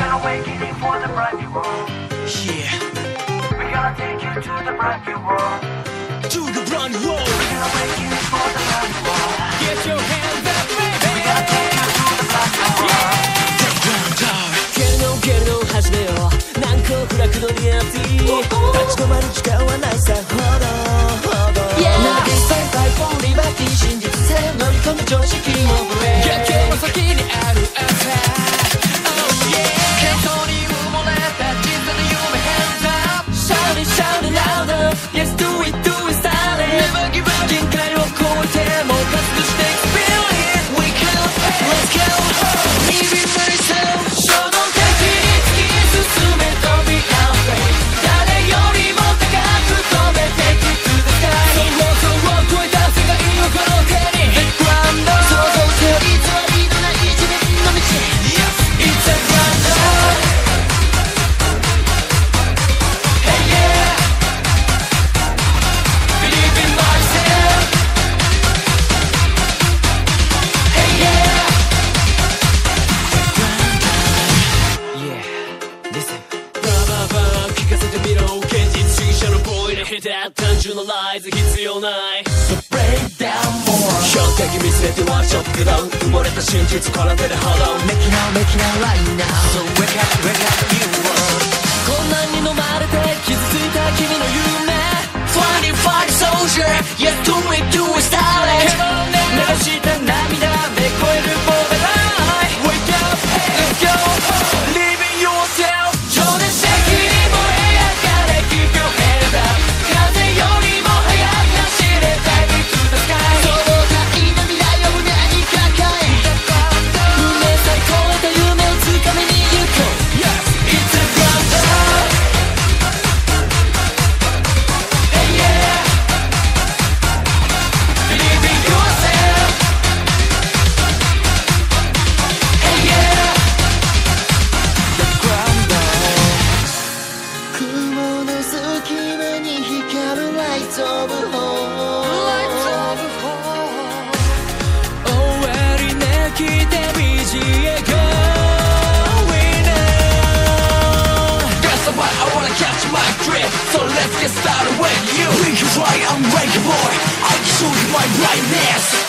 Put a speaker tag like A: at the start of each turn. A: are waiting for the brand new world.
B: Yeah,
A: We're gonna take you to the brand new world.
B: to the brand new world.
A: We're gonna waiting for the brand new world.
B: Get your hands up, baby. Take down door.
C: ゲルノゲルノ始めよう難攻不落のリアリティ立ち止まる時間はないさほどほど投げ
D: Yeah
C: 先輩フォンリバティ真実性乗り込む常識をブレ
B: 逆境の先にある朝 Oh yeah
C: イ Shout it shout it louder Yes do it do it start it Never give up 限界を超えても加速して Experience we can Let's go home 日々無理さ衝動的に突き進め Don't be afraid 誰よりも高く飛べて Take it to the sky
B: 想像を超えた世界をこの手に
C: Big Grand Love 想像せよ偽りのない一面の道
B: Yes
C: It's a Grand Love
B: hey yeah Believe in myself Hey yeah
C: Yeah Listen
B: ババババ聞かせてみろ現実主義者のボーイのヘタ単純なライズ必要ない
C: So break down more
B: 標的見つめてワークショップダウン埋もれた真実絡んでるハロー
C: Making out making out right now So wake up wake up new world こんなに飲まれて傷ついた君の夢25 soldier Yeah do it do it start it 流した涙で超えるボーダーライン Wake up let's go Live in yourself 情熱的に燃え上がれ Keep your head up 風よりも速く走れ Take it to the sky
D: 壮大な未来を胸に抱え
C: 運命さえ超えた夢をつかみに行こう
B: Yes
C: It's a grand love.
B: hey yeah Believe in yourself Hey yeah
C: Grand love.
D: 雲の隙間に光るライトオブホー
C: 終わりなき旅路へ Going on.
B: That's why I wanna catch my grip So let's get started with you Think you right, I'm breakable I choose my brightness